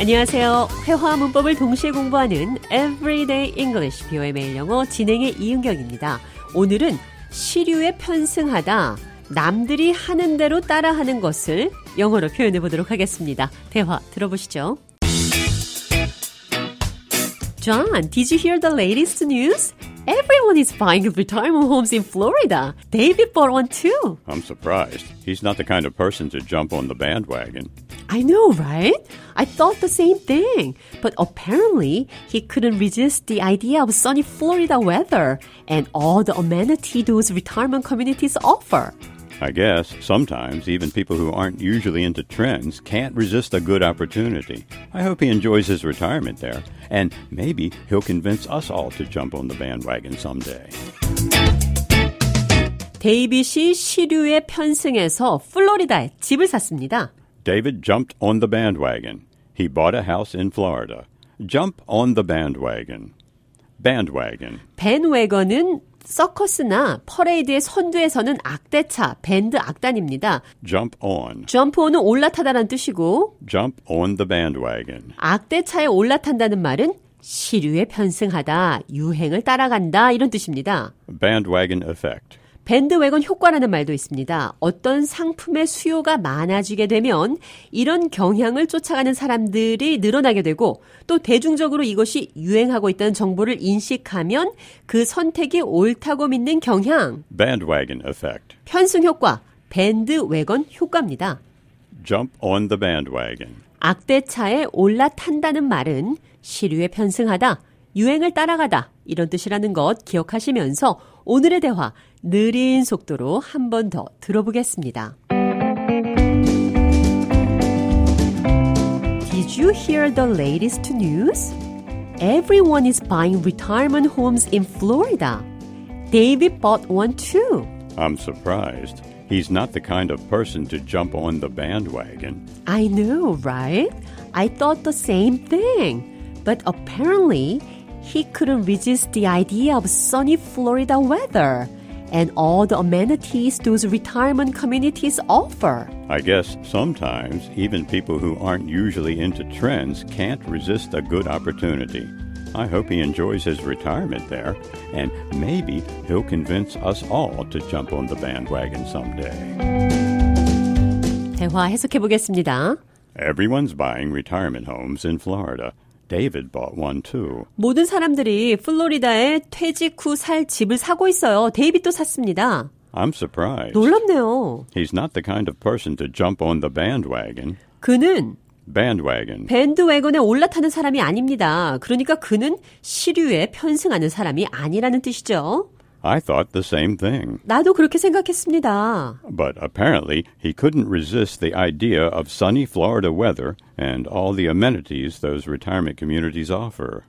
안녕하세요. 회화 문법을 동시에 공부하는 Everyday English 비오의 매일 영어 진행의 이은경입니다. 오늘은 시류에 편승하다. 남들이 하는 대로 따라하는 것을 영어로 표현해 보도록 하겠습니다. 대화 들어보시죠. John, did you hear the latest news? Everyone is buying retirement homes in Florida. David bought one too. I'm surprised. He's not the kind of person to jump on the bandwagon. I know, right? I thought the same thing. But apparently, he couldn't resist the idea of sunny Florida weather and all the amenity those retirement communities offer. I guess sometimes even people who aren't usually into trends can't resist a good opportunity. I hope he enjoys his retirement there, and maybe he'll convince us all to jump on the bandwagon someday. 데이빗이 시류에 편승해서 플로리다에 집을 샀습니다. David jumped on the bandwagon. He bought a house in Florida. Jump on the bandwagon. Bandwagon. 벤 웨건은 서커스나 퍼레이드의 선두에서는 악대차, 밴드 악단입니다. Jump on. 점프온은 올라타다라는 뜻이고 Jump on the bandwagon. 악대차에 올라탄다는 말은 시류에 편승하다, 유행을 따라간다 이런 뜻입니다. Bandwagon effect. 밴드 웨건 효과라는 말도 있습니다. 어떤 상품의 수요가 많아지게 되면 이런 경향을 쫓아가는 사람들이 늘어나게 되고 또 대중적으로 이것이 유행하고 있다는 정보를 인식하면 그 선택이 옳다고 믿는 경향, Bandwagon effect. 편승 효과, 밴드 웨건 효과입니다. Jump on the bandwagon. 악대차에 올라탄다는 말은 시류에 편승하다, 유행을 따라가다 이런 뜻이라는 것 기억하시면서 오늘의 대화 느린 속도로 한 번 더 들어보겠습니다. Did you hear the latest news? Everyone is buying retirement homes in Florida. David bought one too. I'm surprised. He's not the kind of person to jump on the bandwagon. I know, right? I thought the same thing. But apparently, he couldn't resist the idea of sunny Florida weather and all the amenities those retirement communities offer. I guess sometimes even people who aren't usually into trends can't resist a good opportunity. I hope he enjoys his retirement there, and maybe he'll convince us all to jump on the bandwagon someday. 대화 해석해 보겠습니다. Everyone's buying retirement homes in Florida. David bought one too. 모든 사람들이 플로리다에 퇴직 후 살 집을 사고 있어요. 데이빗도 샀습니다. I'm surprised. 놀랍네요. He's not the kind of person to jump on the bandwagon. 그는 Bandwagon. 밴드웨건에 올라타는 사람이 아닙니다. 그러니까 그는 시류에 편승하는 사람이 아니라는 뜻이죠. I thought the same thing. 나도 그렇게 생각했습니다. But apparently, he couldn't resist the idea of sunny Florida weather and all the amenities those retirement communities offer.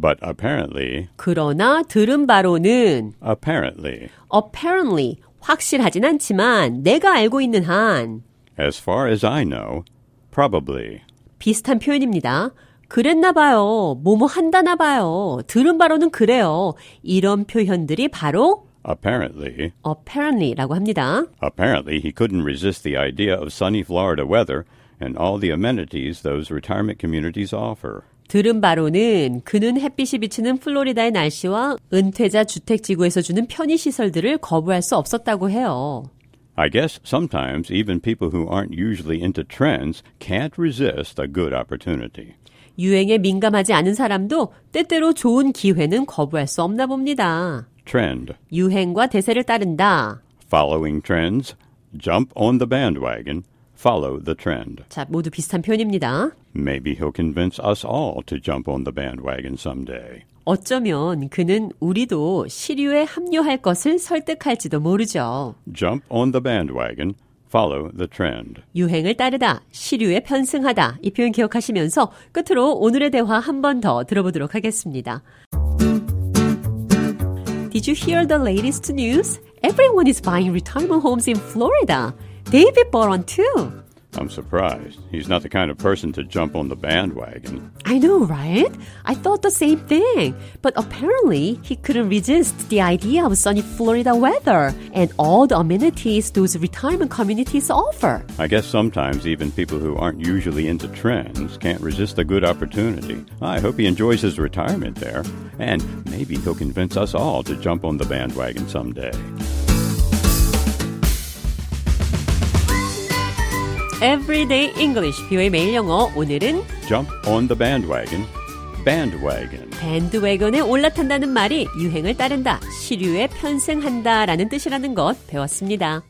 But apparently, 그러나 들은 바로는 apparently, apparently 확실하진 않지만 내가 알고 있는 한 as far as I know, probably. 비슷한 표현입니다. 그랬나 봐요. 뭐뭐 한다나 봐요. 들은 바로는 그래요. 이런 표현들이 바로 Apparently, apparently라고 합니다. apparently, he couldn't resist the idea of sunny Florida weather and all the amenities those retirement communities offer. 들은 바로는 그는 햇빛이 비치는 플로리다의 날씨와 은퇴자 주택 지구에서 주는 편의 시설들을 거부할 수 없었다고 해요. I guess sometimes even people who aren't usually into trends can't resist a good opportunity. 유행에 민감하지 않은 사람도 때때로 좋은 기회는 거부할 수 없나 봅니다. Trend. 유행과 대세를 따른다. Following trends, jump on the bandwagon, follow the trend. 자, 모두 비슷한 표현입니다. Maybe he'll convince us all to jump on the bandwagon someday. 어쩌면 그는 우리도 시류에 합류할 것을 설득할지도 모르죠. Jump on the bandwagon, follow the trend. 유행을 따르다, 시류에 편승하다. 이 표현 기억하시면서 끝으로 오늘의 대화 한 번 더 들어보도록 하겠습니다. Did you hear the latest news? Everyone is buying retirement homes in Florida. David bought one too. I'm surprised. He's not the kind of person to jump on the bandwagon. I know, right? I thought the same thing. But apparently, he couldn't resist the idea of sunny Florida weather and all the amenities those retirement communities offer. I guess sometimes even people who aren't usually into trends can't resist a good opportunity. I hope he enjoys his retirement there, and maybe he'll convince us all to jump on the bandwagon someday. Everyday English, 비의 매일 영어. 오늘은 Jump on the bandwagon. Bandwagon. 밴드웨건에 올라탄다는 말이 유행을 따른다, 시류에 편승한다라는 뜻이라는 것 배웠습니다.